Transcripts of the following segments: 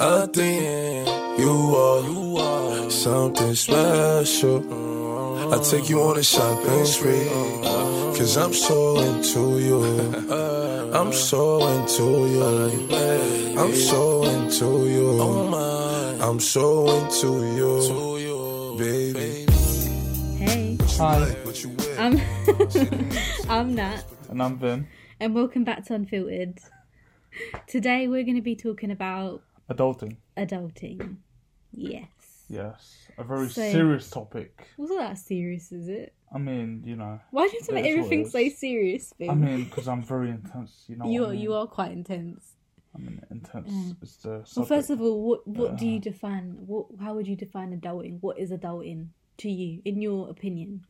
I think you are something special. I take you on a shopping spree. Cause I'm so into you. I'm so into you. I'm so into you. I'm so into you. Baby. Hey, Hi, I'm I'm Nat, and I'm Vin. and welcome back to Unfiltered. Today we're going to be talking about Adulting. adulting. Yes, Yes, a very Same. serious topic. wasn't that serious? Is it? I mean, you know. Why do you have to make It is what it everything so is. serious, Vin? I mean, um, because I'm very intense. You know. you what are I mean? you are quite intense. I mean, intense Mm. is the. Subject. Well, first of all, what what do Uh, you define? What how would you define adulting? What is adulting to you, in your opinion?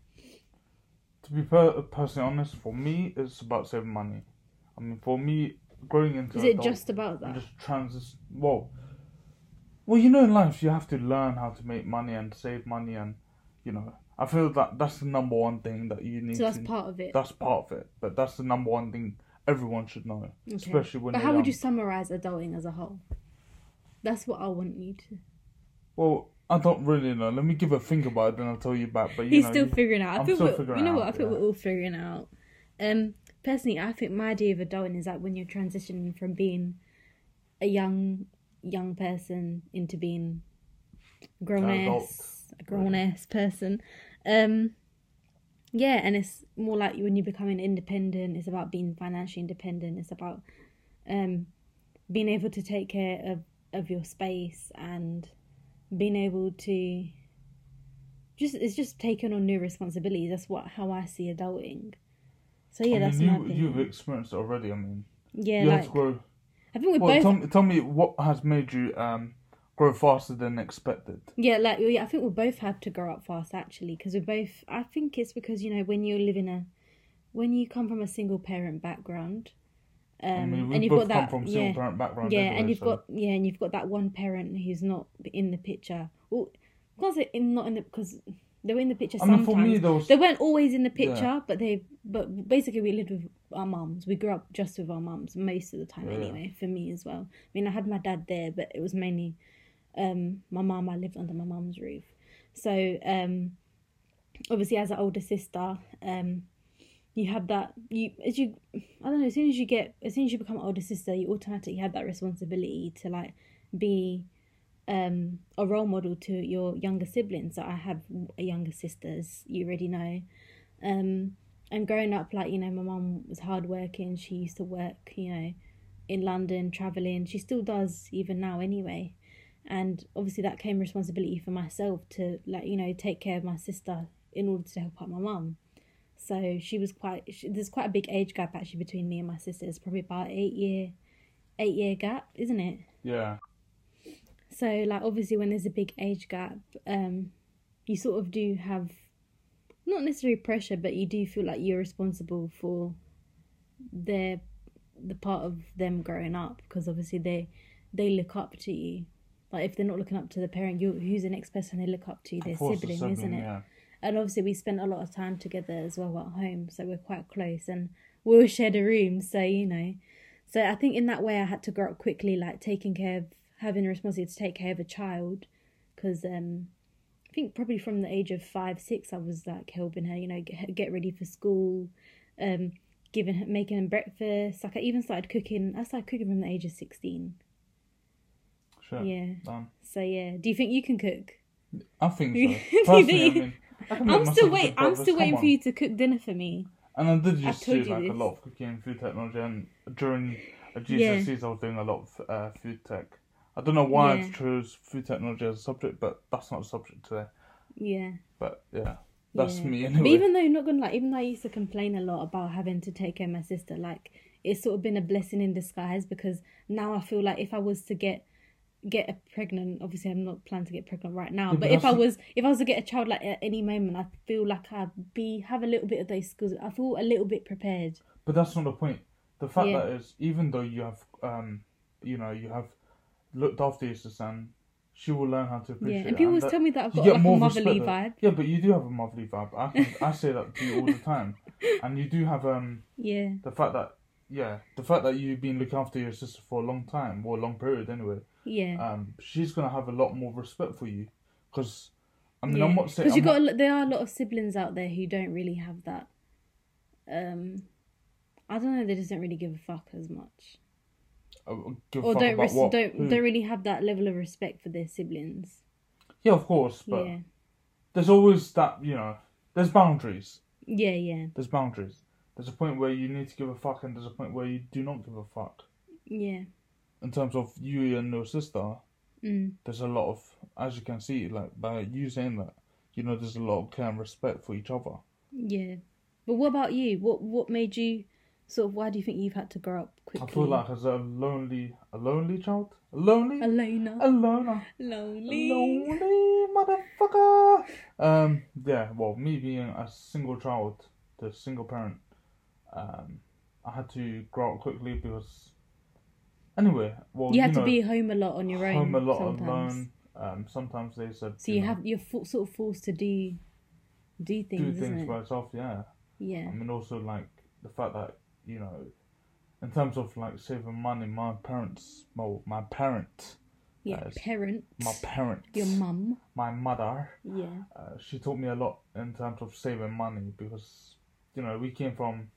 to be per- personally honest, for me, it's about saving money. I mean, for me, growing into Is it adult, just about and that? just transis. Well, well, you know, in life, you have to learn how to make money and save money, and you know, I feel that that's the number one thing that you need. So that's to, part of it. That's part of it, but that's the number one thing everyone should know, Okay. especially when. But they're how would you young. summarize adulting as a whole? That's what I want you to. Well, I don't really know. Let me give a think about it, then I'll tell you back. But you He's know, still you- figuring out. I I'm feel still we're, figuring you know it what? I out, feel yeah. we're all figuring it out. Um, personally, I think my idea of adulting is like when you're transitioning from being a young young person into being a grown ass, adult, a grown ass person. Um, yeah, and it's more like when you're becoming independent. It's about being financially independent. It's about um, being able to take care of of your space and being able to just it's just taking on new responsibilities. That's what how I see adulting. So yeah, I mean, that's you, my thing. You've experienced it already. I mean, yeah, you have like to grow. I think we Well, both. tell me, tell me what has made you um grow faster than expected. Yeah, like yeah, I think we both have to grow up fast actually because we both. I think it's because you know when you live in a, when you come from a single parent background, um, I mean, we and you've both got come that from yeah, single parent background. yeah, anyway, and you've so- got yeah, and you've got that one parent who's not in the picture. Well, I can't say in, not in the because they were in the picture I mean, sometimes. for me, there was They weren't always in the picture, Yeah. but they but basically we lived with our mums. We grew up just with our mums most of the time Yeah. anyway, for me as well. I mean I had my dad there but it was mainly um my mum, I lived under my mum's roof. So um obviously as an older sister, um you have that you as you I don't know, as soon as you get as soon as you become an older sister, you automatically have that responsibility to like be um, a role model to your younger siblings. So I have a younger sister, as you already know. Um, and growing up, like you know, my mum was hardworking. She used to work, you know, in London, traveling. She still does even now, anyway. And obviously, that came responsibility for myself to like you know take care of my sister in order to help out my mum. So she was quite. She, there's quite a big age gap actually between me and my sister. It's probably about eight year, eight year gap, isn't it? yeah. So like obviously when there's a big age gap, um, you sort of do have not necessarily pressure, but you do feel like you're responsible for their the part of them growing up because obviously they they look up to you. Like if they're not looking up to the parent, you who's the next person they look up to? Their of course, sibling, the isn't it? Yeah. And obviously we spent a lot of time together as well at home, so we're quite close and we all shared a room, so you know. So I think in that way I had to grow up quickly, like taking care of having a responsibility to take care of a child, because um, I think probably from the age of five, six, I was like helping her, you know, get, get ready for school, um, giving her, making her breakfast. Like I even started cooking. I started cooking from the age of sixteen. Sure. Yeah. Done. So yeah, do you think you can cook? I think You so. Personally, I think- mean, I can make I'm myself still a wait. good I'm breakfast, still waiting come for on. you to cook dinner for me. And I did used to told do you like a this. lot of cooking and food technology, and during Yeah. GCSEs, I was doing a lot of uh, food tech. I don't know why Yeah. I chose food technology as a subject, but that's not a subject today. Yeah. But yeah, that's Yeah. me anyway. But even though not gonna like, even though I used to complain a lot about having to take care of my sister, like it's sort of been a blessing in disguise because now I feel like if I was to get get a pregnant, obviously I'm not planning to get pregnant right now, Yeah, but, but if I that's- was if I was to get a child like at any moment, I feel like I'd be have a little bit of those skills. I feel a little bit prepared. But that's not the point. The fact Yeah. that is, even though you have, um, you know, you have looked after your sister, and she will learn how to appreciate. Yeah, it, and people always that- tell me that I've you got get like a more motherly respect that- vibe. Yeah, but you do have a motherly vibe. I can, I say that to you all the time, and you do have um Yeah, the fact that yeah, the fact that you've been looking after your sister for a long time, or a long period anyway, Yeah. um, she's gonna have a lot more respect for you, because, I mean, yeah. I'm not saying Because you I'm got not- a lo- there are a lot of siblings out there who don't really have that. Um, I don't know. They just don't really give a fuck as much, uh, give a or fuck don't about res- what, Hmm. don't who. don't really have that level of respect for their siblings. yeah, of course, but yeah. there's always that you know, there's boundaries, Yeah. Yeah. there's boundaries. There's a point where you need to give a fuck, and there's a point where you do not give a fuck. Yeah. In terms of you and your sister, Mm. there's a lot of, as you can see, like by you saying that, you know, there's a lot of care and respect for each other. Yeah. But what about you? What What made you sort of? Why do you think you've had to grow up quickly? I feel like as a lonely, a lonely child, a lonely, Alona. a loner, Lonely. lonely motherfucker. Um, yeah, well, me being a single child, the single parent, um, I had to grow up quickly because, anyway, well, you had know, to be home a lot on your own. home a lot sometimes. alone. Um, sometimes they said, So you know, have you're for, sort of forced to do do things, isn't do things it? by yourself. Yeah, Yeah. I mean, also like the fact that you know, in terms of like saving money, my parents, well, my parent, Yeah. Yes. Parent. my parents, Your mum. my mother, Yeah. uh, she taught me a lot in terms of saving money because you know we came from,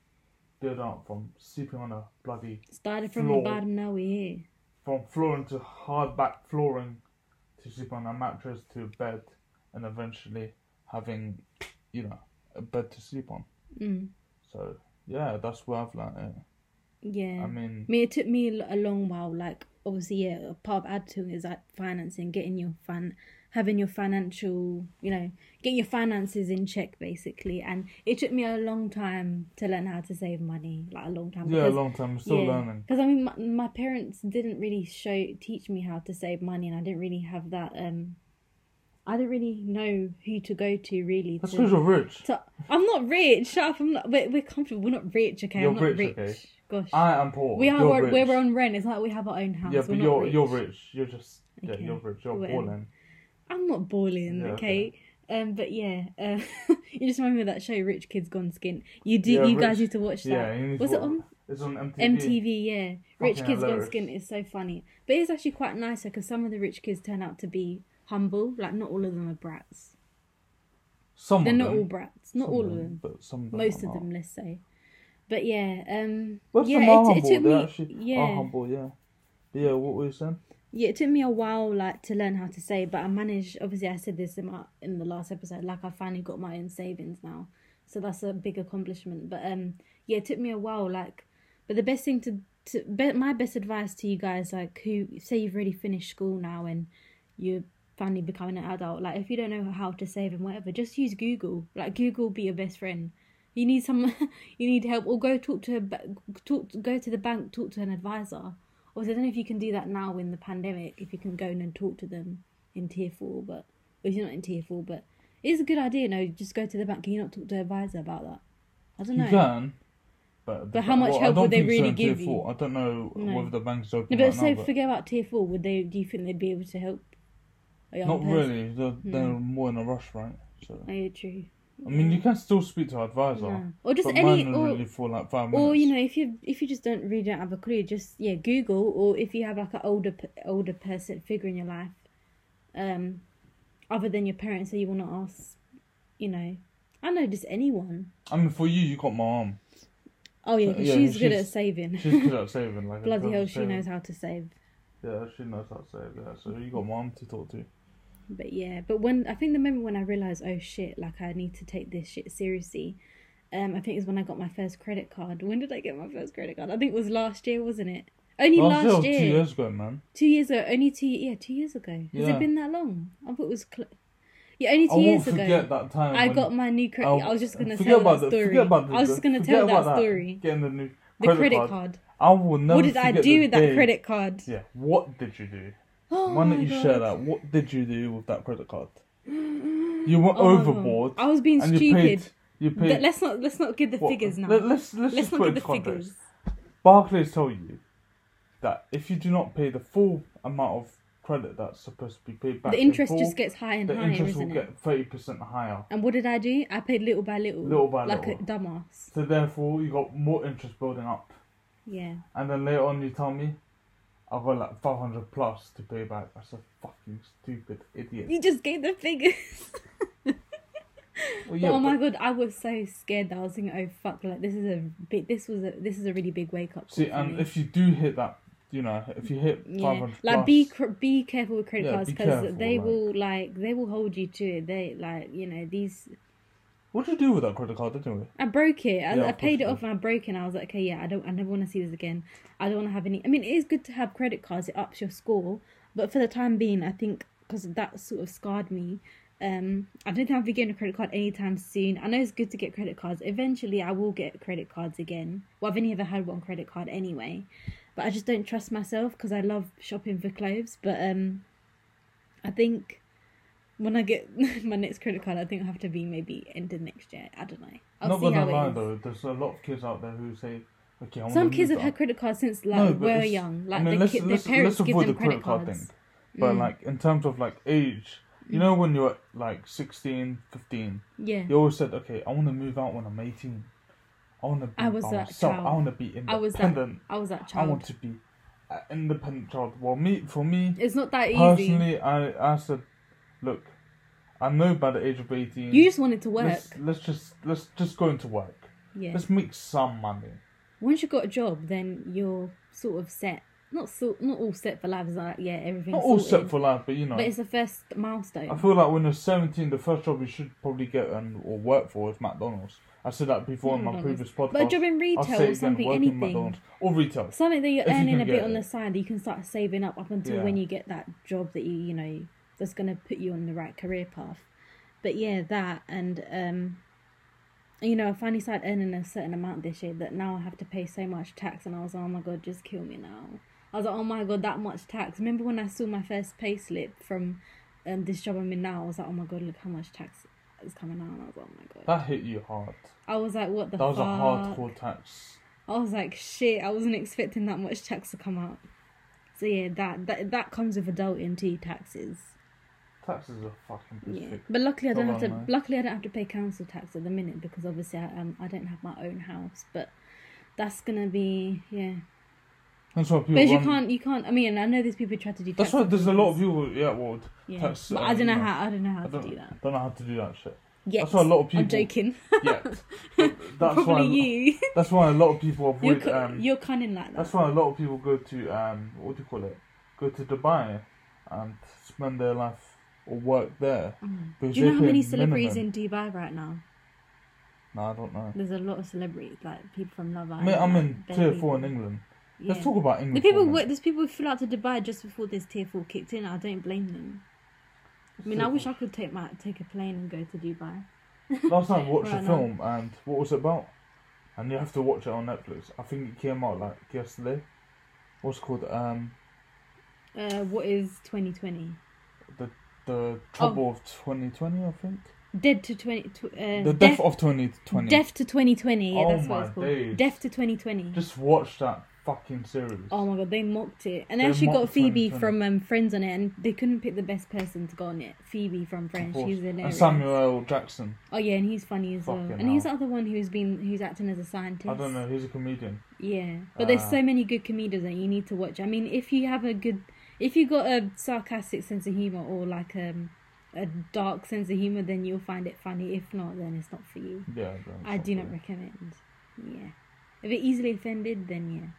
built up from sleeping on a bloody Started from Floor. the bottom. Now we're here. from flooring to hardback flooring, to sleep on a mattress to a bed, and eventually having, you know, a bed to sleep on. Mm. So yeah, that's where I've learned it. Yeah. I mean. I mean, it took me a l- a long while. Like, obviously, yeah, a part of add to is like financing, getting your fin, having your financial, you know, getting your finances in check, basically. And it took me a long time to learn how to save money, like a long time. Yeah, a long time. I'm still learning. Because I mean, my, my parents didn't really show teach me how to save money, and I didn't really have that. um I didn't really know who to go to really. That's to- because you're rich. to- I'm not rich. Shut up! I'm not. We're, we're comfortable. We're not rich. Okay, You're I'm not rich, rich. okay? Gosh, I am poor. we are. You're We're, rich. we're on rent. It's like we have our own house. Yeah, we're but not you're rich. you're rich. You're just yeah. Okay, You're rich. You're whatever. balling. I'm not balling. Yeah, okay. Um, but yeah, uh, you just remember that show, Rich Kids Gone Skint. You do. Yeah, you guys Rich- used to watch that. Yeah. you need to Was it watch- on It's on MTV. MTV? Yeah, Rich Fucking Kids Gone hilarious. Skint is so funny, but it's actually quite nice because some of the rich kids turn out to be humble. Like not all of them are brats. Some They're of not them. all brats. Not Some all of them. But some of them. Most are of not. them, let's say. But yeah, um, But yeah, some are it, it humble. took They me. actually yeah. are humble. Yeah. But yeah. What were you saying? yeah, it took me a while like to learn how to save, but I managed. Obviously, I said this in my in the last episode. Like, I finally got my own savings now, so that's a big accomplishment. But um, yeah, it took me a while. Like, but the best thing to to be, my best advice to you guys, like, who say you've already finished school now and you're finally becoming an adult. Like, if you don't know how to save and whatever, just use Google. Like, Google be your best friend. You need someone, you need help, or go talk to a ba- talk go to the bank, talk to an advisor. Or I don't know if you can do that now in the pandemic, if you can go in and talk to them in tier four, but or if you're not in tier four, but it is a good idea, no, just go to the bank. Can you not talk to an advisor about that? I don't know. You can. But, But how much well, I help don't would they think so really in tier give you? four. I don't know No. whether the bank's No, open but right so now. But forget about tier four, would they do you think they'd be able to help? A young not person? really. They're, Hmm. they're more in a rush, right? So Oh, yeah, true. I mean, you can still speak to advisor. No. Or just but any mine or, really for like five minutes. or you know if you if you just don't really don't have a clue just yeah google or if you have like an older p- older person figure in your life um other than your parents so you want to ask you know i know just anyone I mean, for you, you got my arm. oh yeah 'cause Yeah, she's, good she's- at saving She's good at saving. Like bloody I'm hell she saving. knows how to save Yeah, she knows how to save. Yeah, so you got mom to talk to. but yeah but when i think the moment when i realized oh shit like i need to take this shit seriously um i think it was when i got my first credit card when did i get my first credit card i think it was last year wasn't it only last, Last, year, or year, two years ago, man. Two years ago, only two. Yeah, two years ago. Has Yeah. it been that long? I thought it was. Cl- yeah, only two I won't years forget ago. that time. I when- got my new credit. I'll- I was just gonna forget tell about that the- story. Forget about the, I was just gonna forget tell that about story. Getting the new The credit, credit, card. card. I will never. What did I forget do the with that day- credit card? Yeah. What did you do? Oh Why don't my you God. share that? What did you do with that credit card? You went Oh my God. overboard. I was being and you stupid. paid. You Th- paid. let's not let's not give the what- figures now. Let, us let's Let's just not put give it the in context. figures. Barclays tell you that if you do not pay the full amount of credit that's supposed to be paid back, The in interest full, just gets higher and the higher, interest isn't will it? get thirty percent higher. And what did I do? I paid little by little, Little by like little. a dumbass. So therefore, you got more interest building up. yeah. And then later on, you tell me I've got like 500 plus to pay back. That's a fucking stupid idiot. You just gave the figures. Well, But oh my god, I was so scared that I was thinking, oh fuck, like this is a bit. This was a this is a really big wake up. See, and if you do hit that, you know, if you hit yeah, 500 like plus, be cr- be careful with credit Yeah, cards be 'cause cards because careful, they like- will like they will hold you to it. They like you know these. what did you do with that credit card, didn't we? I broke it. I, Yeah, I of paid it course off and I broke it. and I was like, okay, yeah, I don't, I never want to see this again. I don't want to have any. I mean, it is good to have credit cards. It ups your score, but for the time being, I think because that sort of scarred me. Um, I don't think I'll be getting a credit card anytime soon. I know it's good to get credit cards. Eventually, I will get credit cards again. Well, I've only ever had one credit card anyway, but I just don't trust myself because I love shopping for clothes. But um, I think when I get my next credit card, I think I will have to be maybe end of next year. I don't know. I'll Not see gonna how lie it is. though, there's a lot of kids out there who say, okay, I want Some to kids move have had up." credit cards since like No, but we're it's- young. Like I mean, the let's- ki- their let's- parents let's give avoid them the credit credit card cards. Mm. thing. But like in terms of like age, you know, when you're like 16, 15, Yeah, you always said, okay, I want to move out when I'm 18. I want to be I was by that myself. child. I want to be I was that. independent. I was that I, want child. to be an independent child. Well, me for me It's not that easy. personally, I I said, look, I know by the age of 18. You just wanted to work. Let's, let's just let's just go into work. Yeah. Let's make some money. Once you've got a job, then you're sort of set. Not sort. Not all set for life. Is like yeah, everything's Not all set sorted. for life, but you know. But it's the first I milestone. feel like when you're 17, the first job you should probably get and or work for is McDonald's. I said that before in my McDonald's. previous podcast. Mm. But a job in I'll retail say it or again, something, work in anything. McDonald's or retail. Something that you're If you earning can a bit get on it. the side that you can start saving up up until Yeah. when you get that job that you you know that's going to put you on the right career path. But yeah, that and um, you know, I finally started earning a certain amount this year that now I have to pay so much tax, and I was like, oh my god, just kill me now. I was like, oh my god, that much tax. Remember when I saw my first pay slip from um, this job I'm in now? I was like, oh my god, look how much tax is coming out. And I was like, oh my god. That hit you hard. I was like, what the That was a fuck? hardcore tax. I was like, shit, I wasn't expecting that much tax to come out. So yeah, that that, that comes with adulting too, taxes. Tax is a fucking big Yeah, thing. but luckily I don't Come have to. on, mate. Luckily I don't have to pay council tax at the minute because obviously I um I don't have my own house, but that's gonna be yeah. That's why people. But you run- can't you can't. I mean, I know there's people who try to do. That's tax why there's a lot of avoidance. people. Yeah, well, Yeah, tax, but uh, I don't you know know, how I don't know how I to don't, do that. don't know how to do that shit. Yes, why a lot of I'm people- joking. Yet. that's Probably why. you. That's why a lot of people You're, avoid. cu- um, you're cunning like that. That's why a lot of people go to um, what do you call it? Go to Dubai and spend their life or work there. Mm. because Do you they know how pay many celebrities minimum. in Dubai right now? No, I don't know. There's a lot of celebrities, like people from Love I Island. mean, I'm in like, tier Baby. four in England. Yeah. Let's talk about England. The for a people, minute. w- there's people who flew out to Dubai just before this tier four kicked in. I don't blame them. I mean, I Tier wish I could take my take a plane and go to Dubai. four. Last time I watched Right a now. film, and what was it about? And you have to watch it on Netflix. I think it came out like yesterday. What's it called um Uh, what is 2020? the Oh. Trouble of 2020? I think Dead to 20. Tw- uh, the Death, of 2020. Death to 2020. Yeah, Oh that's what my it's called. days. Death to 2020. Just watch that fucking series. Oh my god, they mocked it, and they, They actually got mocked Phoebe 2020. from um, Friends on it, and they couldn't pick the best person to go on it. Phoebe from Of Friends, course. she's and hilarious. Samuel L. Jackson. Oh yeah, and he's funny as well. Fucking And he's the hell. other one who's been who's acting as a scientist. I don't know. He's a comedian. Yeah, but there's Ah. so many good comedians that you need to watch. I mean, if you have a good, if you got a sarcastic sense of humor or like um, a dark sense of humor, then you'll find it funny. If not, then it's not for you. Yeah. I do not recommend. Yeah, if you're easily offended, then yeah.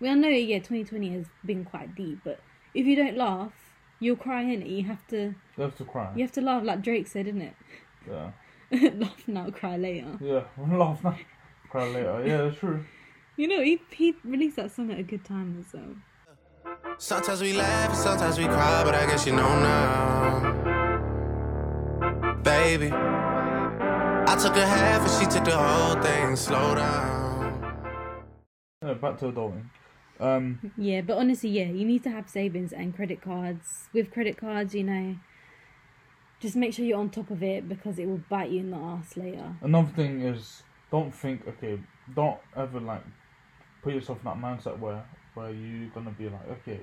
Well, I know yeah, 2020 has been quite deep, but if you don't laugh, you'll cry in it. You have to, You have to cry. you have to laugh, like Drake said, isn't Yeah. it? laugh now, cry later. Yeah. We'll laugh now. Cry later. Yeah, that's true. You know, he he released that song at a good time as well. Sometimes we laugh and sometimes we cry, but I guess you know now. Baby, I took a half and she took the whole thing. Slow down. Yeah, back to adulting. Um, Yeah, but honestly, yeah, you need to have savings and credit cards. With credit cards, you know, just make sure you're on top of it because it will bite you in the ass later. another thing is don't think. Okay, don't ever like put yourself in that mindset where where you gonna be like, okay,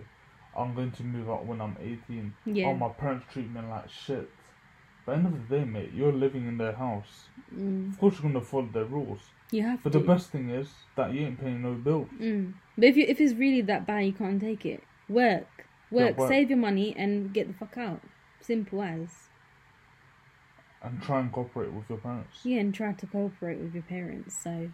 I'm going to move out when I'm 18. Yeah. Oh, my parents treat me like shit. But end of the day, mate, you're living in their house. Mm, Of course, you're gonna follow their rules. you have But to. the best thing is that you ain't paying no bill. mm, But if you if it's really that bad, you can't take it. Work, work, work. save your money and get the fuck out. Simple as. and try and cooperate with your parents. Yeah, and try to cooperate with your parents. So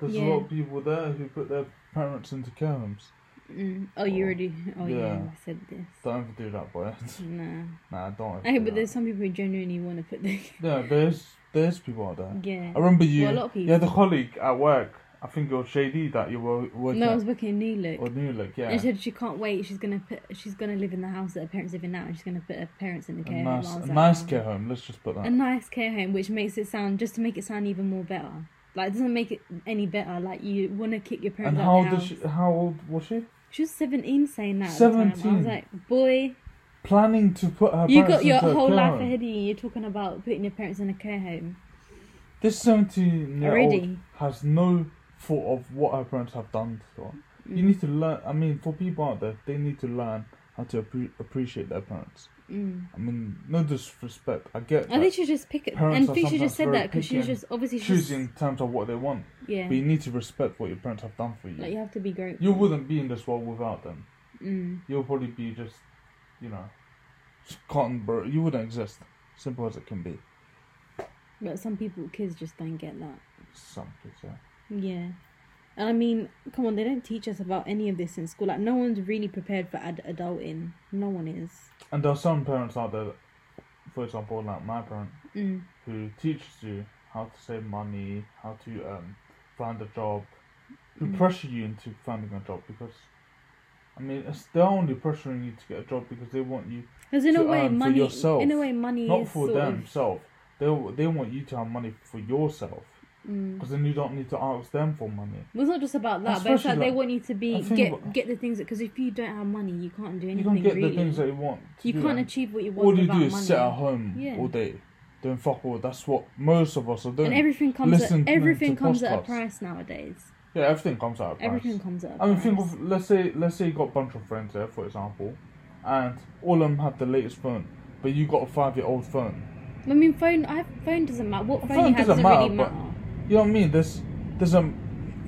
There's Yeah. a lot of people there who put their parents into care homes. Mm. Oh, you Oh, already. Oh, yeah. yeah. I said this. Don't ever do that, boy. Nah. nah, don't. Ever Hey, do but that. there's some people who genuinely want to put their. Yeah, there's there's people out there. Yeah. I remember you. Well, a lot of people. Yeah, the colleague at work. I think it was Shady that you were working. No, I at, was working in New or Look. New Look, yeah. And she said she can't wait. She's gonna put. She's gonna live in the house that her parents live in now, and she's gonna put her parents in the a care nice, home. I a was like, nice "Oh." care home. Let's just put that. A nice care home, which makes it sound just to make it sound even more better. Like it doesn't make it any better. Like you want to kick your parents and out how the old house. is she? How old was she? She was seventeen saying that. Seventeen. I was 17. like, boy, Planning to put her. you parents got your into a whole care life home. ahead of you. and You're talking about putting your parents in a care home. This seventeen-year-old Already. has no thought of what her parents have done to her. Mm. You need to learn. I mean, for people out there, they need to learn how to appre- appreciate their parents. Mm. I mean, no disrespect. I get. I that. think she just pick it, parents and are think she just sometimes said very that because picky she's and just obviously she's choosing in terms of what they want. yeah. But you need to respect what your parents have done for you. Like you have to be grateful. You wouldn't be in this world without them. Mm. You'll probably be just, you know, just cotton bur- You wouldn't exist. Simple as it can be. But some people, kids just don't get that. Some kids, yeah. Yeah. And I mean, come on, they don't teach us about any of this in school. Like, no one's really prepared for ad- adulting. No one is. And there are some parents out there, that, for example, like my parent, Mm. who teaches you how to save money, how to um, find a job, who Mm. pressure you into finding a job because, I mean, it's, they're only pressuring you to get a job because they want you Because in To a way, earn for money. yourself, In a way, money not is for sort of. themselves. They they want you to have money for yourself Mm. because then you don't need to ask them for money. Well, it's not just about that, but it's Especially like they like- want you to I be think get what- get the things because if you don't have money, you can't do You anything. don't get really. the things that you want. to you do, can't and achieve what you want All you without do is money. sit at home Yeah. all day, doing fuck all. That's what most of us are doing. and everything comes at, Listen to- everything to comes at a podcasts. price nowadays. yeah, everything comes out. Of price. Everything comes at a I price. mean, think of let's say let's say you got a bunch of friends there, for example, and all of them have the latest phone, but you got a five-year-old phone. I mean, phone. I have, phone doesn't matter. What phone, Phone you have doesn't doesn't, really matter, matter. but- You know what I mean? There's there's um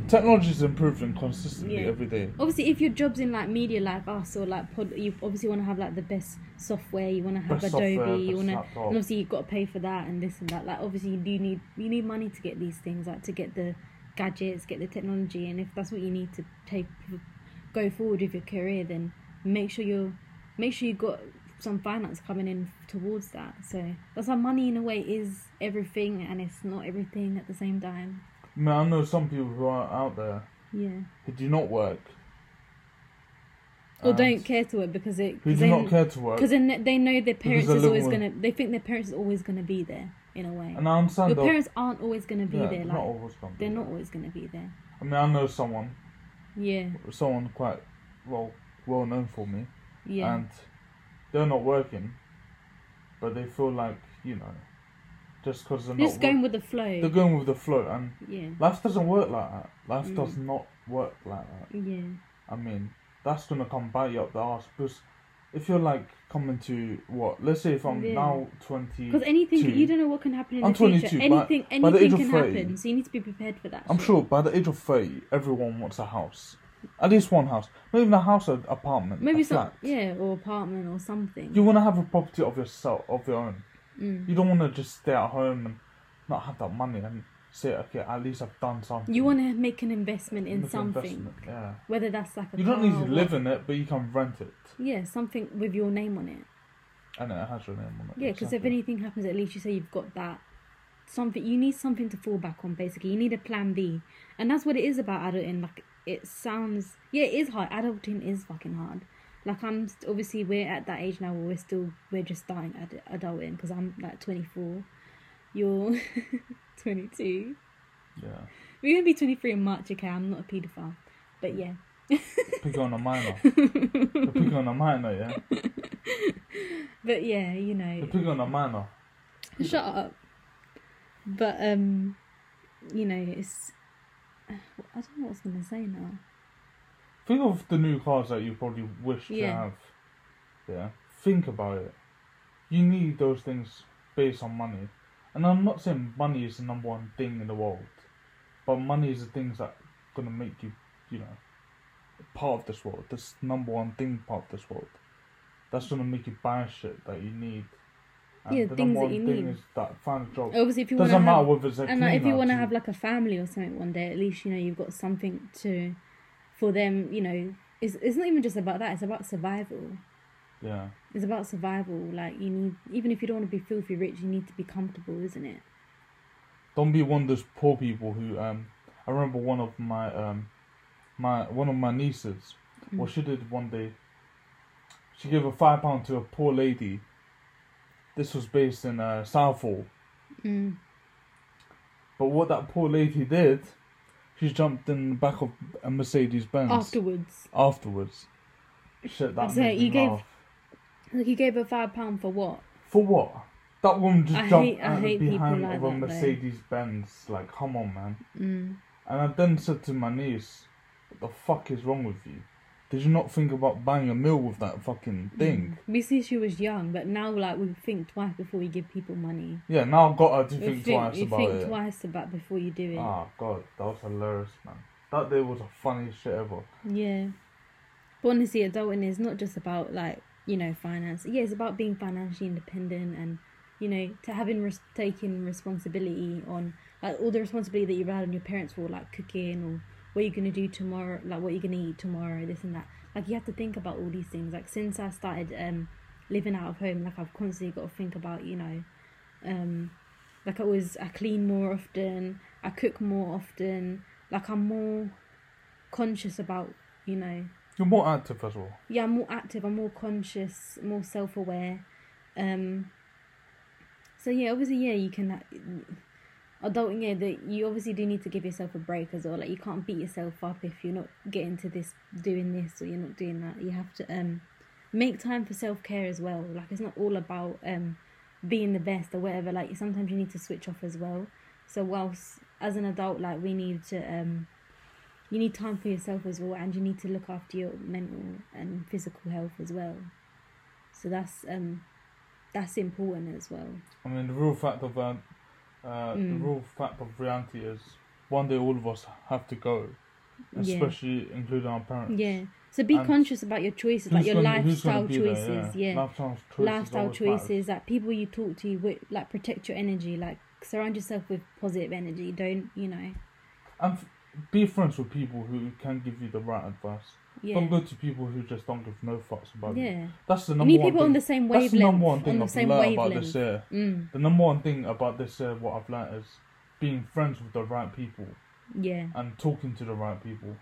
technology's improving consistently Yeah. every day. Obviously, if your job's in like media, like us or like pod, you obviously want to have like the best software. You want to have Best Adobe. software, you best want to, and laptop. obviously you've got to pay for that and this and that. Like obviously you do need you need money to get these things, like to get the gadgets, get the technology, and if that's what you need to take go forward with your career, then make sure you're make sure you've got some finance coming in towards that. So that's why money in a way is everything, and it's not everything at the same time. I mean, I know some people who are out there Yeah, who do not work. or and don't care to it because it Who 'cause do then- not care to work. because then they know their parents they're is always living gonna. They think their parents is always gonna be there in a way. And I understand Your they'll- parents aren't always gonna be yeah, there. not Like always gonna be they're there. not always gonna be there. I mean, I know someone, Yeah, someone quite well, well known for me, yeah. and they're not working, but they feel like you know, just because they're They're not, just going work- with the flow. they're going with the flow, and yeah, life doesn't work like that. Life Mm. does not work like that. yeah, I mean, that's gonna come bite you up the arse because if you're like coming to what, let's say if I'm Yeah. now twenty, because anything Two. you don't know what can happen in I'm the future. 22, by- anything, by the age anything of can 30. happen, so you need to be prepared for that. I'm shit. sure by the age of 30, everyone wants a house. At least one house. Not even a house, an apartment. Maybe a some, flat. yeah, or apartment or something. You want to have a property of yourself, of your own. Mm. You don't want to just stay at home and not have that money and say, okay, at least I've done something. You want to make an investment in Make an something, investment, Yeah. whether that's like a You don't car need to or live what- in it, but you can rent it. Yeah, something with your name on it. And it has your name on it. Yeah, because if exactly. anything happens, at least you say you've got that something. You need something to fall back on. Basically, you need a plan B, and that's what it is about adulting. Like it sounds, yeah, it is hard. Adulting is fucking hard. Like I'm st- obviously we're at that age now where we're still we're just starting ad- adulting because I'm like 24, you're 22. Yeah. We're gonna be 23 in March. Okay, I'm not a paedophile, but yeah. Pick on a minor. You're picking on a minor, yeah? But yeah, you know. You're picking on a minor. Shut up. But um, you know, it's I don't know what I was gonna say now. Think of the new cars that you probably wish to Yeah. have. Yeah. Think about it. You need those things based on money. And I'm not saying money is the number one thing in the world, but money is the things that gonna make you you know, part of this world, this number one thing part of this world. That's gonna make you buy shit that you need. Yeah, things that you need. is that find a job. Obviously, if you want to Doesn't matter have, whether it's a and like, if you cleaner want to to- have like a family or something one day, at least you know you've got something to, for them. You know, it's it's not even just about that. It's about survival. Yeah, It's about survival. Like you need, even if you don't want to be filthy rich, you need to be comfortable, isn't it? don't be one of those poor people who um. I remember one of my um, my one of my nieces. Mm. What she did one day. She gave a five pound to a poor lady. This was based in uh, Southall. Mm. But what that poor lady did, she jumped in the back of a Mercedes Benz Afterwards, afterwards. Shit, that So made me you gave- laugh. like you gave her five pound for what? For what? That woman just I jumped hate- I out hate people behind like of a that, though. Mercedes Benz. Like, come on, man. Mm. And I then said to my niece, "What the fuck is wrong with you? Did you not think about buying a meal with that Mm. fucking thing?" We see she was young, but now like we think twice before we give people money. Yeah, now I've got her to We think, twice you about think it. twice about before you do it. Ah, god, that was hilarious, man. That day was the funniest shit ever. Yeah. But honestly, adulting is not just about like you know finance. Yeah, it's about being financially independent and you know to having res- taking responsibility on like all the responsibility that you had on your parents for like cooking or what you're gonna do tomorrow, like what you're gonna eat tomorrow, this and that. Like you have to think about all these things. Like since I started um living out of home, like I've constantly got to think about you know um like I always I clean more often, I cook more often. Like I'm more conscious about you know You're more active as well. yeah i'm more active i'm more conscious more self-aware um so yeah obviously yeah you can uh, adulting yeah that you obviously do need to give yourself a break as well like you can't beat yourself up if you're not getting to this doing this or you're not doing that you have to um make time for self-care as well like it's not all about um being the best or whatever like sometimes you need to switch off as well so whilst as an adult like we need to um you need time for yourself as well and you need to look after your mental and physical health as well so that's um that's important as well I mean, the real fact of um, uh, the Mm. real fact of reality is one day all of us have to go, Yeah. especially including our parents. yeah so be And conscious about your choices like Who's your gonna- who's gonna lifestyle be there? choices yeah, Lifestyle choices. lifestyle always matters. choices like people you talk to with like protect your energy like surround yourself with positive energy don't you know And f- be friends with people who can give you the right advice. yeah Don't go to people who just don't give no fucks about you. yeah That's the you number need one people on thing. the same That's wavelength the number one thing on the I've same learned about wavelength this year. mm, The number one thing about this year, what I've learned is being friends with the right people yeah and talking to the right people,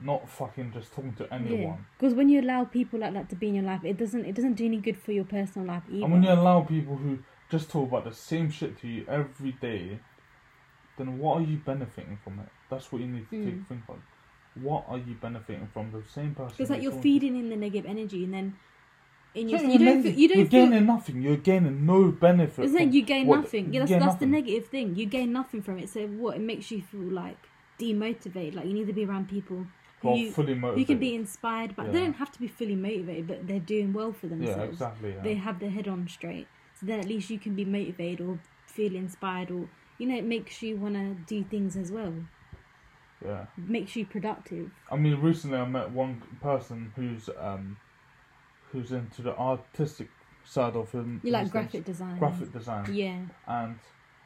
not fucking just talking to Yeah, anyone. because when you allow people like that to be in your life, it doesn't it doesn't do any good for your personal life either. And when you allow people who just talk about the same shit to you every day, then what are you benefiting from it? That's what you need to Mm. take, think about. What are you benefiting from the same person? It's like who's you're talking to you? feeding in the negative energy, and then in your, It's not you even don't feel, negative. you don't You're feel. gaining nothing. You're gaining no benefit. It's like from you gain what- nothing. you Yeah, that's gain that's nothing. the negative thing. You gain nothing from it. So what? It makes you feel like demotivated. Like you need to be around people who Well, you, fully motivated. who can be inspired, but they Yeah. don't have to be fully motivated. But they're doing well for themselves. Yeah, exactly. Yeah. They have their head on straight. So then at least you can be motivated or feel inspired, or you know, it makes you want to do things as well. yeah. makes you productive. I mean, recently I met one person who's um, who's into the artistic side of him. You like his graphic things. design. graphic design. Yeah, And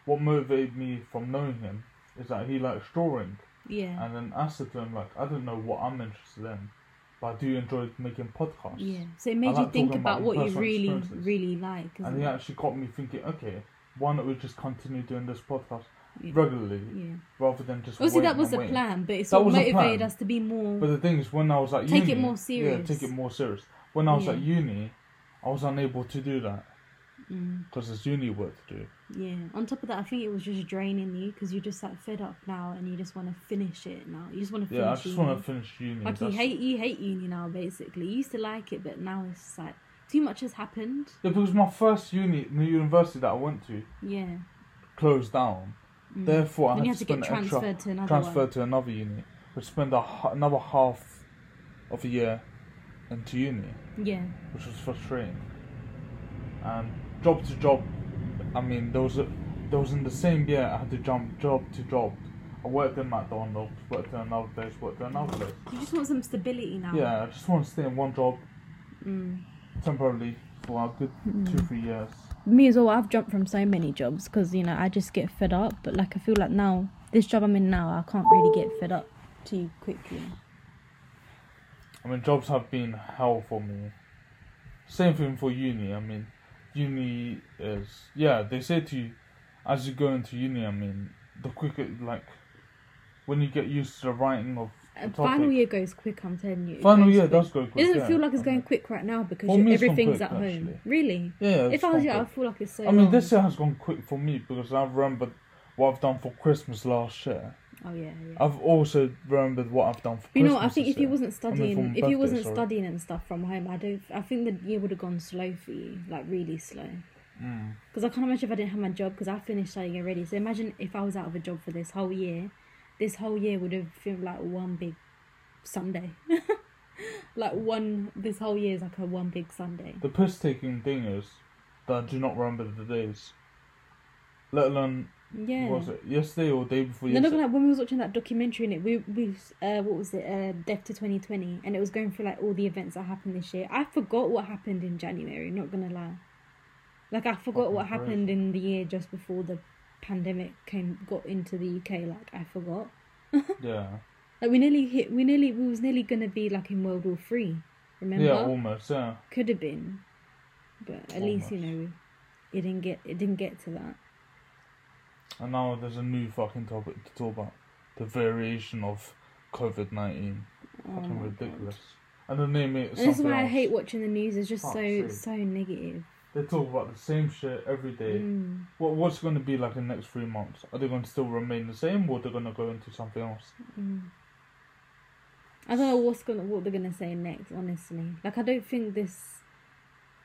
what motivated me from knowing him is that he likes drawing. yeah, And then I said to him like, I don't know what I'm interested in, but I do enjoy making podcasts. yeah. So it made like you think talking about about what you personal really, experiences. really like. isn't And he it? actually got me thinking, okay, why don't we just continue doing this podcast Yeah. regularly yeah. rather than just Obviously, that waiting was and the waiting. plan, but it's That what was the motivated plan. us to be more. But the thing is, when I was at Take it uni, more serious. Yeah, take it more serious. When I was Yeah. at uni, I was unable to do that Mm, because there's uni work to do. yeah. On top of that, I think it was just draining you because you're just like fed up now, and you just want to finish it now. You just want to finish. Yeah, I just uni. want to finish uni. Like you that's- hate you hate uni now, basically. You used to like it, but now it's just like too much has happened. Yeah, because my first uni, the university that I went to, Yeah. closed down. Mm. Therefore, I then had you have to get spend extra- transferred to another transfer one. to another uni, which spent a, h- another half of a year into uni, Yeah. which was frustrating. And job to job, I mean, there was a, there was in the same year I had to jump job to job. I worked in McDonald's, worked in another place, worked in another place. You just want some stability now. Yeah, I just want to stay in one job Ah. Mm. temporarily for a good two, three years. Me as well. I've jumped from so many jobs because you know I just get fed up. But like I feel like now this job I'm in now, I can't really get fed up too quickly. I mean, jobs have been hell for me. Same thing for uni. I mean, uni is yeah. They say to you, as you go into uni, I mean, the quicker like when you get used to the writing of Uh, the Final topic- year goes quick. I'm telling you. it final goes year quick. does go quick. It doesn't yeah. feel like it's I going mean, quick right now because For you- me it's gone everything's quick, at home. actually. Really? Yeah, it's if I was gone you, I quick. feel like it's so. I mean, long. this year has gone quick for me because I remembered what I've done for Christmas last year. Oh yeah. yeah. I've also remembered what I've done for. You know, Christmas I think this if you year. wasn't I mean, studying, for my if birthday, you wasn't sorry. studying and stuff from home, I don't. I think the year would have gone slow for you, like really slow. Mm. Because I can't imagine if I didn't have my job. Because I finished studying already. So imagine if I was out of a job for this whole year. This whole year would have felt like one big Sunday. like one. This whole year is like a one big Sunday. The piss taking thing is that I do not remember the days. Let alone Yeah. what was it yesterday or day before No, no, but yesterday? like when we was watching that documentary and it, we we uh, what was it? Uh, Death to twenty twenty, and it was going through like all the events that happened this year. I forgot what happened in January. Not gonna lie, like I forgot Fucking what crazy. happened in the year just before the pandemic came got into the UK. Like I forgot. yeah, Like we nearly hit. We nearly. We was nearly gonna be like in World War Three. Remember? yeah, almost. Yeah, Could have been, but at least you Almost. know, it didn't get. It didn't get to that. and now there's a new fucking topic to talk about: the variation of COVID nineteen. Oh Fucking my God. ridiculous. And the name it. And this is something why I else. hate watching the news. It's just Fuck's so sake. so negative. They talk about the same shit every day. Mm, What what's going to be like in the next three months? Are they going to still remain the same, or they're going to go into something else? mm. I don't know what's gonna what they're gonna say next. Honestly, like I don't think this.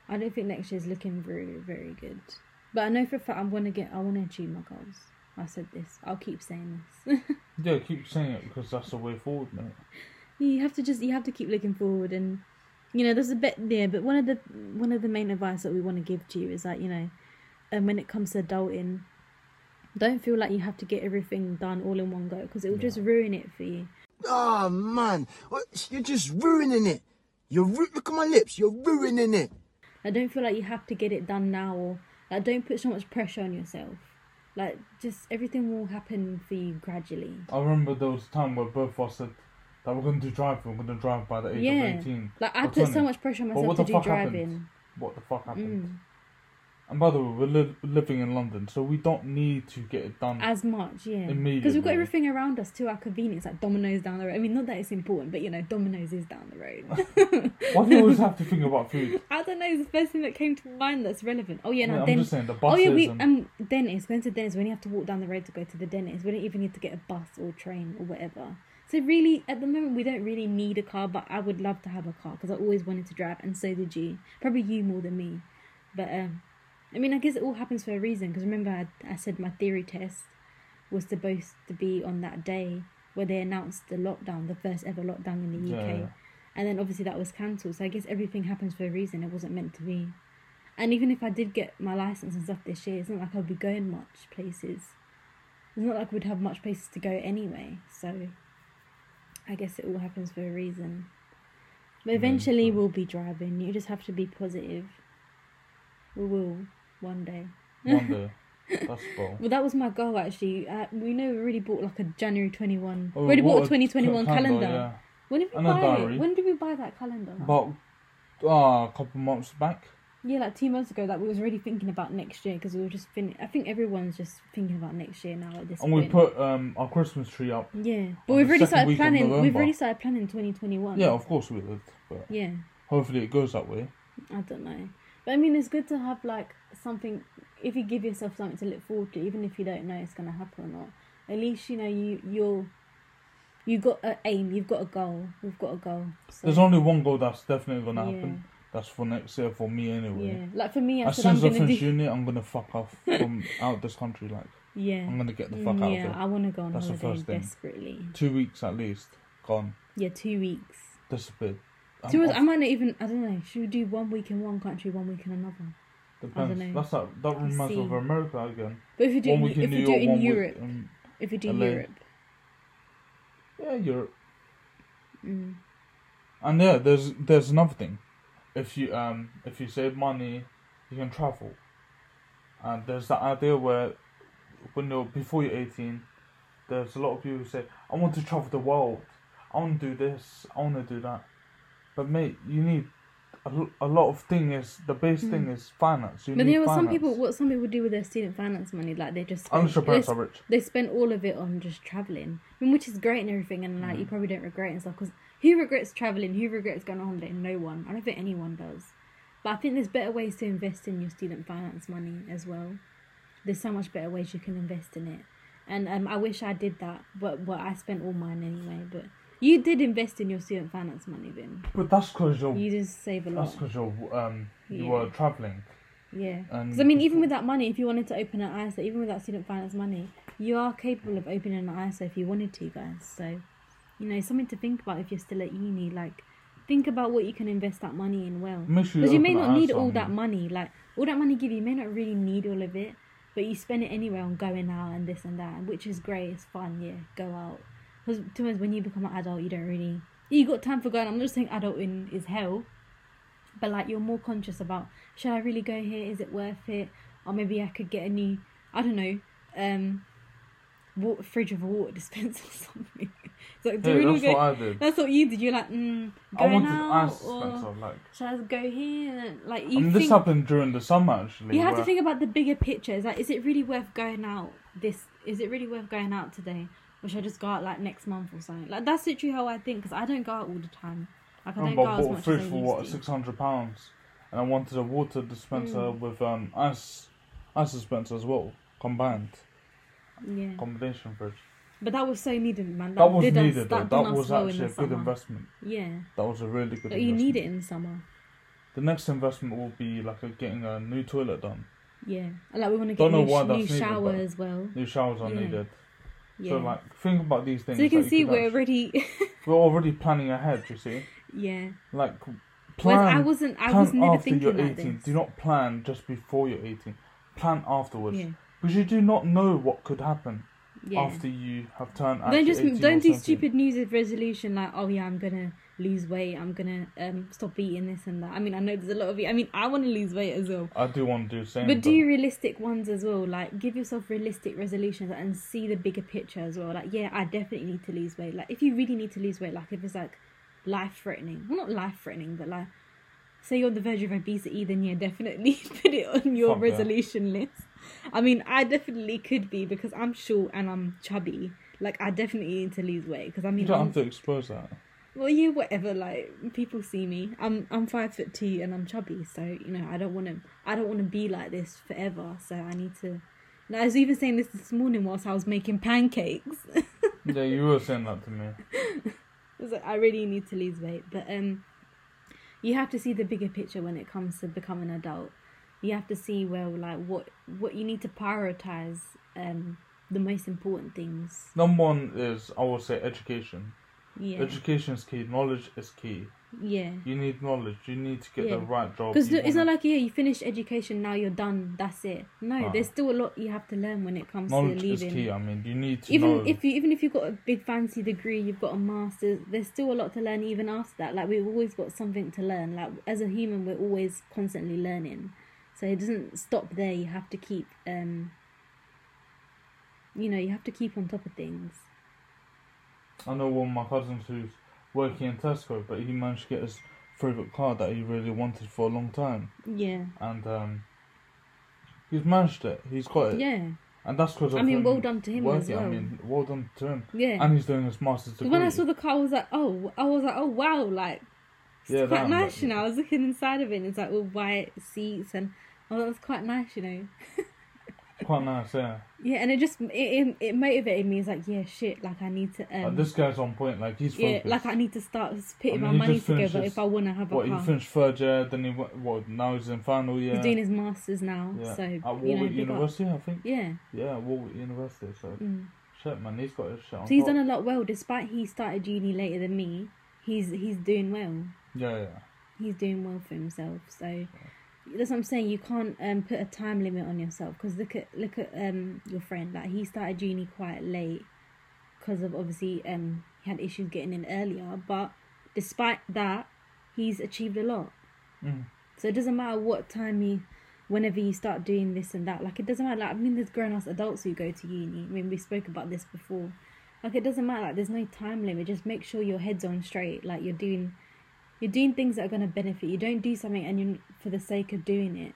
I don't think next year's looking very very good. But I know for a fact I'm gonna get. I want to achieve my goals. I said this. I'll keep saying this. Yeah, keep saying it because that's the way forward, mate. you have to just you have to keep looking forward and you know there's a bit there but one of the one of the main advice that we want to give to you is that you know and when it comes to adulting don't feel like you have to get everything done all in one go because it will just ruin it for you Oh man, What- you're just ruining it. You're ru- look at my lips. You're ruining it. like don't feel like you have to get it done now or like don't put so much pressure on yourself like just everything will happen for you gradually I remember there was a time where both of us said that we're going to do driving, we're going to drive by the age yeah of 18. like i or put so 20. much pressure on But myself what to the do fuck driving What the fuck happened? mm, And by the way, we're li- living in London, so we don't need to get it done. as much, yeah. Because Immediately. we've got everything around us to our convenience, like Domino's down the road. I mean, not that it's important, but you know, Domino's is down the road. Why do you always have to think about food? I don't know, it's the first thing that came to mind that's relevant. Oh, yeah, Mate, no, I'm then. just saying, the Oh, buses yeah, we. and Um, dentist, going to dentist, we only have to walk down the road to go to the dentist. We don't even need to get a bus or train or whatever. So, really, at the moment, we don't really need a car, but I would love to have a car because I always wanted to drive, and so did you. Probably you more than me. But, um, I mean, I guess it all happens for a reason because remember, I, I said my theory test was supposed to be on that day where they announced the lockdown, the first ever lockdown in the UK. Yeah. And then obviously that was cancelled. So I guess everything happens for a reason. It wasn't meant to be. And even if I did get my license and stuff this year, it's not like I'll be going much places. It's not like we'd have much places to go anyway. So I guess it all happens for a reason. But eventually we'll be driving. You just have to be positive. We will one day. one day. That's cool. Well, that was my goal actually. Uh, we know we already bought like a January 21. Oh, we already bought what a a 2021 c- calendar. yeah. When did we And a buy diary. it? When did we buy that calendar? About uh, a couple months back. yeah, like two months ago. That we was already thinking about next year because we were just fin- I think everyone's just thinking about next year now at this And we point. put um, our Christmas tree up. yeah, but on we've the already second started week of planning. We've November. already started planning 2021. Yeah, of course we did. But Yeah, hopefully it goes that way. I don't know, but I mean, it's good to have like something. If you give yourself something to look forward to, even if you don't know it's gonna happen or not, at least you know you you'll you got a aim. You've got a goal. We've got a goal. So, There's only one goal that's definitely going to Yeah. happen. That's for next year for me anyway. yeah, like for me, I As said soon I'm as I gonna do. finish uni, I'm gonna fuck off from out this country. Like yeah, I'm gonna get the Mm, fuck out yeah, of here. I want to go on That's the holiday first thing. desperately. Two weeks at least, gone, Yeah, two weeks. disappeared. I'm Two weeks. off. I might not even. I don't know. Should we do one week in one country, one week in another? Depends. I dunno. That's that. That reminds me see. of America again. But if you do, one week in if New you do York, it in one Europe, week. Um, if you do LA. Europe, Yeah, Europe. Mm. And yeah, there's there's another thing. If you um if you save money, you can travel. And there's that idea where when you're before you're eighteen, there's a lot of people who say, I want to travel the world. I want to do this. I want to do that. But mate, you need a, l- a lot of thing is the base thing is finance. You Mm. But need there were some finance. people. What some people do with their student finance money, like they just spend, Unless your parents they, are rich. they spend all of it on just traveling, I mean, which is great and everything, and Mm. like you probably don't regret it and stuff. Because who regrets traveling? Who regrets going on holiday? No one. I don't think anyone does. But I think there's better ways to invest in your student finance money as well. There's so much better ways you can invest in it, and um, I wish I did that. But well, I spent all mine anyway. But you did invest in your student finance money, Vin. But that's because you're You did save a lot. that's because you're um you Yeah. were traveling. Yeah. And Because I mean, even before- with that money, if you wanted to open an ISA, even with that student finance money, you are capable of opening an ISA if you wanted to, guys. So, you know, something to think about if you're still at uni. Like, think about what you can invest that money in well. Make sure you Because you may open an not need ISA, all I that mean. money. Like, all that money give you, you may not really need all of it, but you spend it anyway on going out and this and that, which is great. It's fun, yeah. Go out. Because when you become an adult, you don't really. You got time for going. I'm not saying adulting is hell but like you're more conscious about should I really go here? Is it worth it? Or maybe I could get a new I don't know um water, fridge of a water dispenser or something. So do Yeah, we that's go, what I did. That's what you did. You're like mm, I going wanted out ice or Spencer, like should I go here? Like you I mean, this think happened during the summer actually. you have to where- think about the bigger picture. It's like, is it really worth going out? This is it really worth going out today, or should I just go out like next month or something? Like that's literally how I think because I don't go out all the time. Like I don't remember go I out as bought a much fridge as I for used Oh, what to. six hundred pounds, and I wanted a water dispenser Hmm. with um ice ice dispenser as well combined Yeah. combination fridge. But that was so needed, man. That, That was did needed Us, though. that That, done us was well in actually a the good summer. investment. Yeah, That was a really good. Like, you investment. need it in the summer. The next investment will be like a, getting a new toilet done. Yeah, And, like we want to get Don't know new, why sh- that's new needed, shower but- as well. New showers are Yeah. needed. Hmm, Yeah, So like think about these things. So you can that see could we're actually- already. we're already planning ahead. You see, yeah, like plan. whereas I wasn't. I plan was never after thinking you're about 18. this. Do not plan just before you're 18. Plan afterwards. Yeah. Because you do not know what could happen yeah. after you have turned don't actually just 18 or don't do 17. stupid New Year's resolution like oh yeah I'm gonna lose weight I'm gonna um stop eating this and that. I mean I know there's a lot of. I mean I want to lose weight as well. I do want to do the same. But do realistic ones as well. Like, give yourself realistic resolutions and see the bigger picture as well. Like, yeah, I definitely need to lose weight. Like, if you really need to lose weight, like if it's like life threatening, well, not life threatening, but like, say you're on the verge of obesity, then yeah, definitely put it on your Fuck yeah. resolution list. I mean, I definitely could be because I'm short and I'm chubby. Like, I definitely need to lose weight because I You mean, don't I'm- have to expose that. well, yeah, whatever. Like people see me, I'm I'm five foot two and I'm chubby, so you know I don't want to I don't want to be like this forever. So I need to. And I was even saying this this morning whilst I was making pancakes. yeah, you were saying that to me. I was like, I really need to lose weight, but um, you have to see the bigger picture when it comes to becoming an adult. You have to see well, like what what you need to prioritize. Um, the most important things. Number one is, I would say, education. Yeah, Education is key. Knowledge is key. yeah. You need knowledge. You need to get the Yeah. right job. Because you it's not wanna- like yeah, you finished education, now you're done, that's it. No, Ah. there's still a lot you have to learn when it comes knowledge to is leaving. key. I mean, you need to even know. if you even if you've got a big fancy degree, you've got a master's, there's still a lot to learn even after that. Like we've always got something to learn. Like as a human, we're always constantly learning, so it doesn't stop there. You have to keep, um, you know, you have to keep on top of things. I know one of my cousins who's working in Tesco, but he managed to get his favourite car that he really wanted for a long time. Yeah, and um, he's managed it. He's got it, yeah, and that's because I mean, well done to him as I well. mean, well done to him. yeah. And he's doing his master's degree. when I saw the car, I was like, oh, I was like, oh wow, like it's Yeah, that quite I'm nice, like- you know. I was looking inside of it, and it's like with white seats, and oh, that was quite nice, you know. quite nice, yeah. Yeah, and it just it, it, it motivated me. It's like, yeah, shit, like I need to, um, like, Oh, this guy's on point. Like he's yeah, focused. like I need to start I putting mean, he my money just together finishes- if I want to have a what he car. finished third year, then he went, what now he's in final year. He's doing his masters now, yeah. so at you Warwick know, big up. University, Oh, I think. yeah. Yeah, Warwick University. So Mm. shit, man, he's got his shit. on So he's top. done a lot well, despite he started uni later than me. He's he's doing well. Yeah, yeah. he's doing well for himself. So that's what I'm saying. You can't um, put a time limit on yourself because look at look at um, your friend. Like he started uni quite late because of obviously um, he had issues getting in earlier, but despite that, he's achieved a lot. Mm. So it doesn't matter what time you, whenever you start doing this and that, like it doesn't matter. Like I mean, there's grown ass adults who go to uni. I mean, we spoke about this before. Like it doesn't matter. Like there's no time limit. Just make sure your head's on straight. Like you're doing, you're doing things that are gonna benefit. You don't do something and you for the sake of doing it.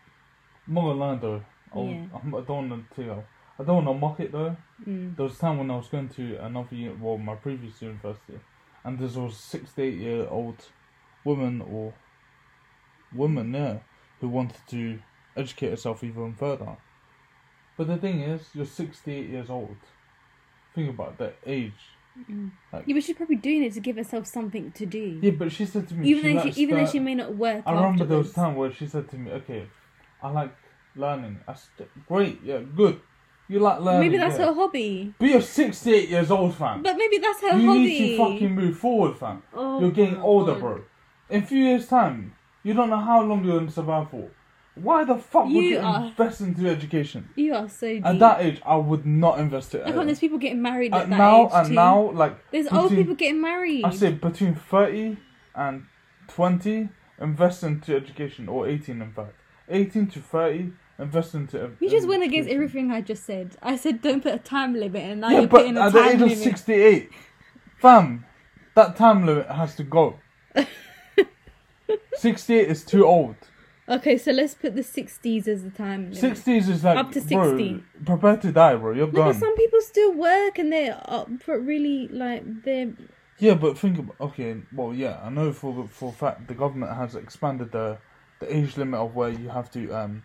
I'm not gonna lie though. I, Yeah. was, I'm- I don't want to. I don't want to mock it though. Mm. There was a time when I was going to another uni- well, my previous university, and this was six to eight year old women or women, yeah, who wanted to educate herself even further. But the thing is, you're six to eight years old. Think about that age. Yeah, but she's probably doing it to give herself something to do. Yeah, but she said to me, even she though likes she, even though that- she may not work. I remember there was afterwards. a time where she said to me, "Okay, I like learning. I st- great, yeah, good. You like learning. Maybe that's yeah. her hobby. But you're 68 years old, fam. But maybe that's her you hobby. need to fucking move forward, fam. Oh you're getting my older, God. bro. In a few years' time, you don't know how long you're going to survive for. Why the fuck would You you are- invest into education? You are so deep. At that age, I would not invest it. How come there's people getting married at, At that now, age and too? now, like There's old between- people getting married. I say between 30 and 20, invest into education, or 18 in fact. 18 to 30, invest into ed- you just went against education. everything I just said. I said don't put a time limit, and now Yeah, you're but putting a at the age time of limit. 68, fam, that time limit has to go. 68 is too old. Okay, so let's put the 60s as the time limit. 60s is like, Up to bro, 60. prepare to die, bro, you're No, but gone. some people still work, and they're up, but really like they're Yeah, but think about, okay, well, yeah, I know for for a fact the government has expanded the the age limit of where you have to, um,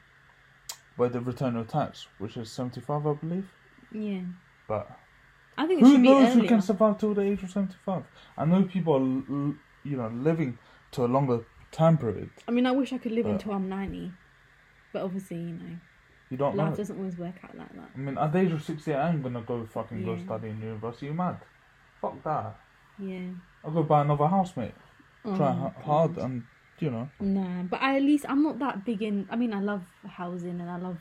where the return of tax, which is 75, I believe. yeah. But I think it who should knows be who earlier. can survive till the age of 75? I know people are, l- l- you know, living to a longer time period. I mean, I wish I could live But- until I'm 90, but obviously, you know, You don't life know. doesn't always work out like that. I mean, at the age of 60, I ain't gonna go fucking go Yeah. study in university. You mad? Fuck that. Yeah. I'll go buy another house, mate. Oh, Try h- hard and, you know. Nah, but I at least I'm not that big in. I mean, I love housing and I love,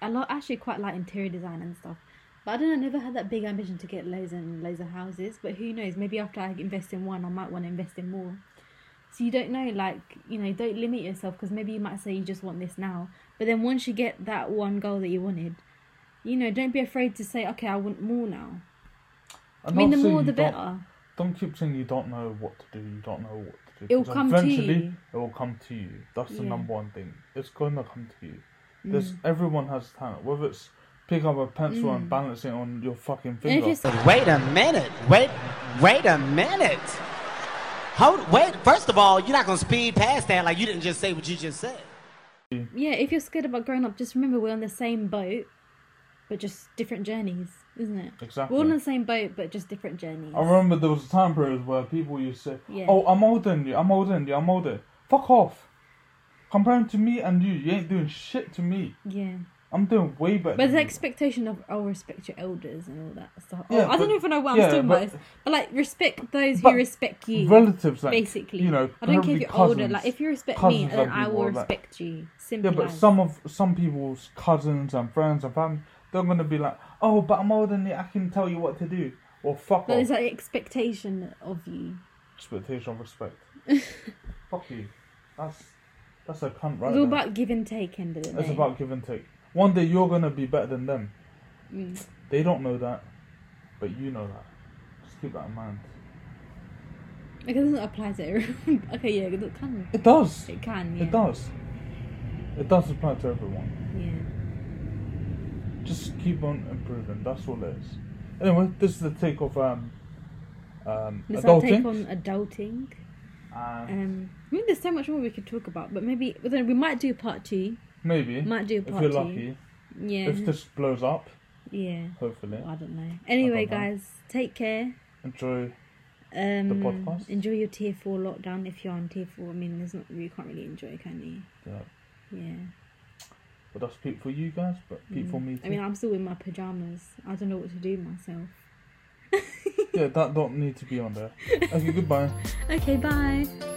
I love actually quite like interior design and stuff. But I don't know. I never had that big ambition to get loads and loads of houses. But who knows? Maybe after I invest in one, I might want to invest in more. So you don't know. Like you know, don't limit yourself because maybe you might say you just want this now. But then once you get that one goal that you wanted, you know, don't be afraid to say, okay, I want more now. I I'm mean, not the saying more you the don't- better. Don't keep saying you don't know what to do. You don't know what to do. It'll 'cause come to eventually, you. It will come to you. That's the Yeah. Mm. number one thing. It's gonna come to you. There's everyone has talent. Whether it's pick up a pencil and balance it on your fucking And if finger. you're s- Wait a minute. Wait, wait a minute. Hold, wait. First of all, you're not gonna speed past that like you didn't just say what you just said. yeah, if you're scared about growing up, just remember we're on the same boat, but just different journeys, isn't it? Exactly. We're all on the same boat, but just different journeys. I remember there was a time period where people used to say, Yeah. "Oh, I'm older than you. I'm older than you. I'm older." Fuck off. Comparing to me and you, you ain't doing shit to me. Yeah. I'm doing way better. But than the you. expectation of, oh, respect your elders and all that stuff. Yeah, oh, I but- don't even know what yeah, I'm talking but- about. this. But, like, respect those but who respect you. relatives, like basically. you know, I don't care if probably you're older. cousins, Like, if you respect me, cousins and then I people will like that. respect you. Simple. Yeah, but as. some of some people's cousins and friends and family, they're gonna be like, "Oh, but I'm older than you. I can tell you what to do." Or fuck But off. there's that expectation of you. Expectation of respect. fuck you. That's that's a cunt right It's all there. about give and take, end of the day. It's about give and take. One day you're gonna be better than them. Mm. They don't know that, but you know that. Just keep that in mind. Like, it doesn't apply to everyone. okay, yeah, it can. It does. It can, yeah. It does. It does apply to everyone. Yeah. Just keep on improving. That's all it is. Anyway, this is the take of um, um, That's our take adulting. on adulting. and Um, I mean, there's so much more we could talk about, but maybe but then we might do part two. maybe might do a if part you're two. lucky, Yeah. if this blows up, yeah. hopefully, I don't know. Anyway, I don't know. guys, take care. enjoy. Um, podcast? Enjoy your tier four lockdown if you're on tier four. I mean, there's not you can't really enjoy, can Yeah. you? Yeah. Well, that's Pete for you guys, but Pete for me too. Mm. I mean, I'm still in my pajamas. I don't know what to do myself. yeah, that don't need to be on there. Okay, goodbye. Okay, bye.